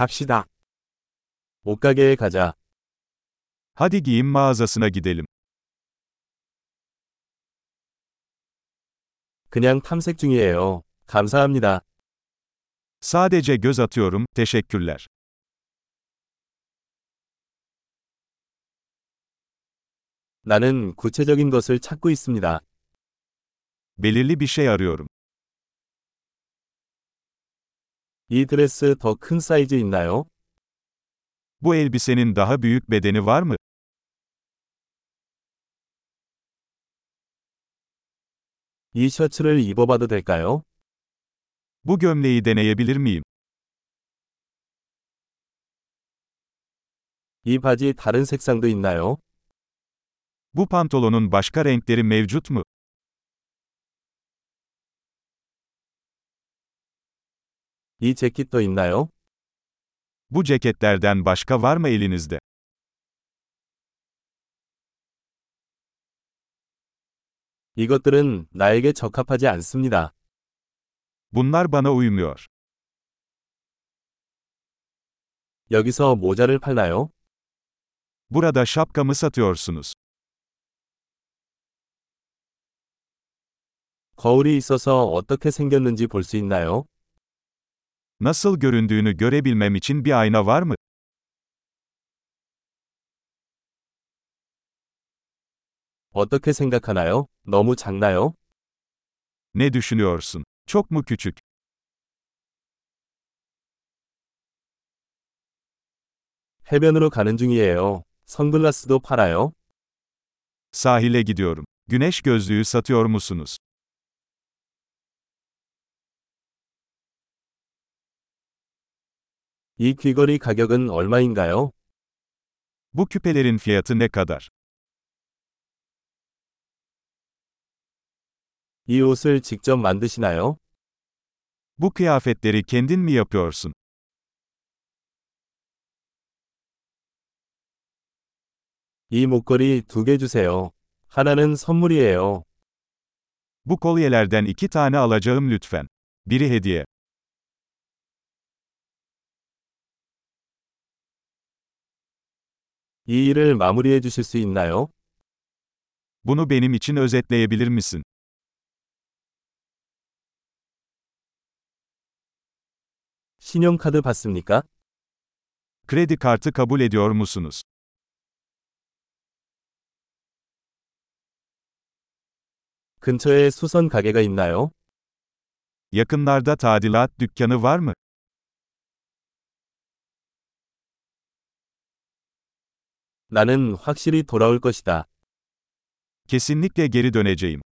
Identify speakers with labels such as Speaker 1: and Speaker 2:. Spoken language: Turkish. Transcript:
Speaker 1: 갑시다. 옷가게에 가자.
Speaker 2: Hadi giyim mağazasına gidelim.
Speaker 1: 그냥 탐색 중이에요. 감사합니다.
Speaker 2: Sadece göz atıyorum, teşekkürler.
Speaker 1: 나는 구체적인 것을 찾고 있습니다.
Speaker 2: Belirli bir şey arıyorum.
Speaker 1: 이 드레스 더 큰 사이즈 있나요?
Speaker 2: Bu elbisenin daha büyük bedeni var mı?
Speaker 1: 이 셔츠를 입어봐도 될까요?
Speaker 2: Bu gömleği deneyebilir miyim?
Speaker 1: 이 바지 다른 색상도 있나요?
Speaker 2: Bu pantolonun başka renkleri mevcut mu?
Speaker 1: 이 재킷도 있나요?
Speaker 2: Bu ceketlerden başka var mı elinizde?
Speaker 1: 이것들은 나에게 적합하지 않습니다.
Speaker 2: Bunlar bana uymuyor.
Speaker 1: 여기서 모자를 팔나요?
Speaker 2: Burada şapkamı satıyorsunuz.
Speaker 1: 거울이 있어서 어떻게 생겼는지 볼 수 있나요?
Speaker 2: Nasıl göründüğünü görebilmem için bir ayna var mı?
Speaker 1: 어떻게 생각하나요? 너무 작나요?
Speaker 2: Ne düşünüyorsun? Çok mu küçük?
Speaker 1: 해변으로 가는 중이에요. 선글라스도 팔아요?
Speaker 2: Sahile gidiyorum. Güneş gözlüğü satıyor musunuz?
Speaker 1: 이 귀걸이 가격은 얼마인가요?
Speaker 2: Bu küpelerin fiyatı ne kadar?
Speaker 1: 이 옷을 직접 만드시나요?
Speaker 2: Bu kıyafetleri kendin mi yapıyorsun?
Speaker 1: 이 목걸이 두 개 주세요. 하나는 선물이에요.
Speaker 2: Bu kolyelerden iki tane alacağım lütfen. Biri hediye.
Speaker 1: 이 일을 마무리해 주실 수 있나요?
Speaker 2: Bunu benim için özetleyebilir misin?
Speaker 1: 신용카드 받습니까?
Speaker 2: Kredi kartı kabul ediyor musunuz?
Speaker 1: 근처에 수선 가게가 있나요?
Speaker 2: Yakınlarda tadilat dükkanı var mı?
Speaker 1: 나는 확실히 돌아올 것이다.
Speaker 2: Kesinlikle geri döneceğim.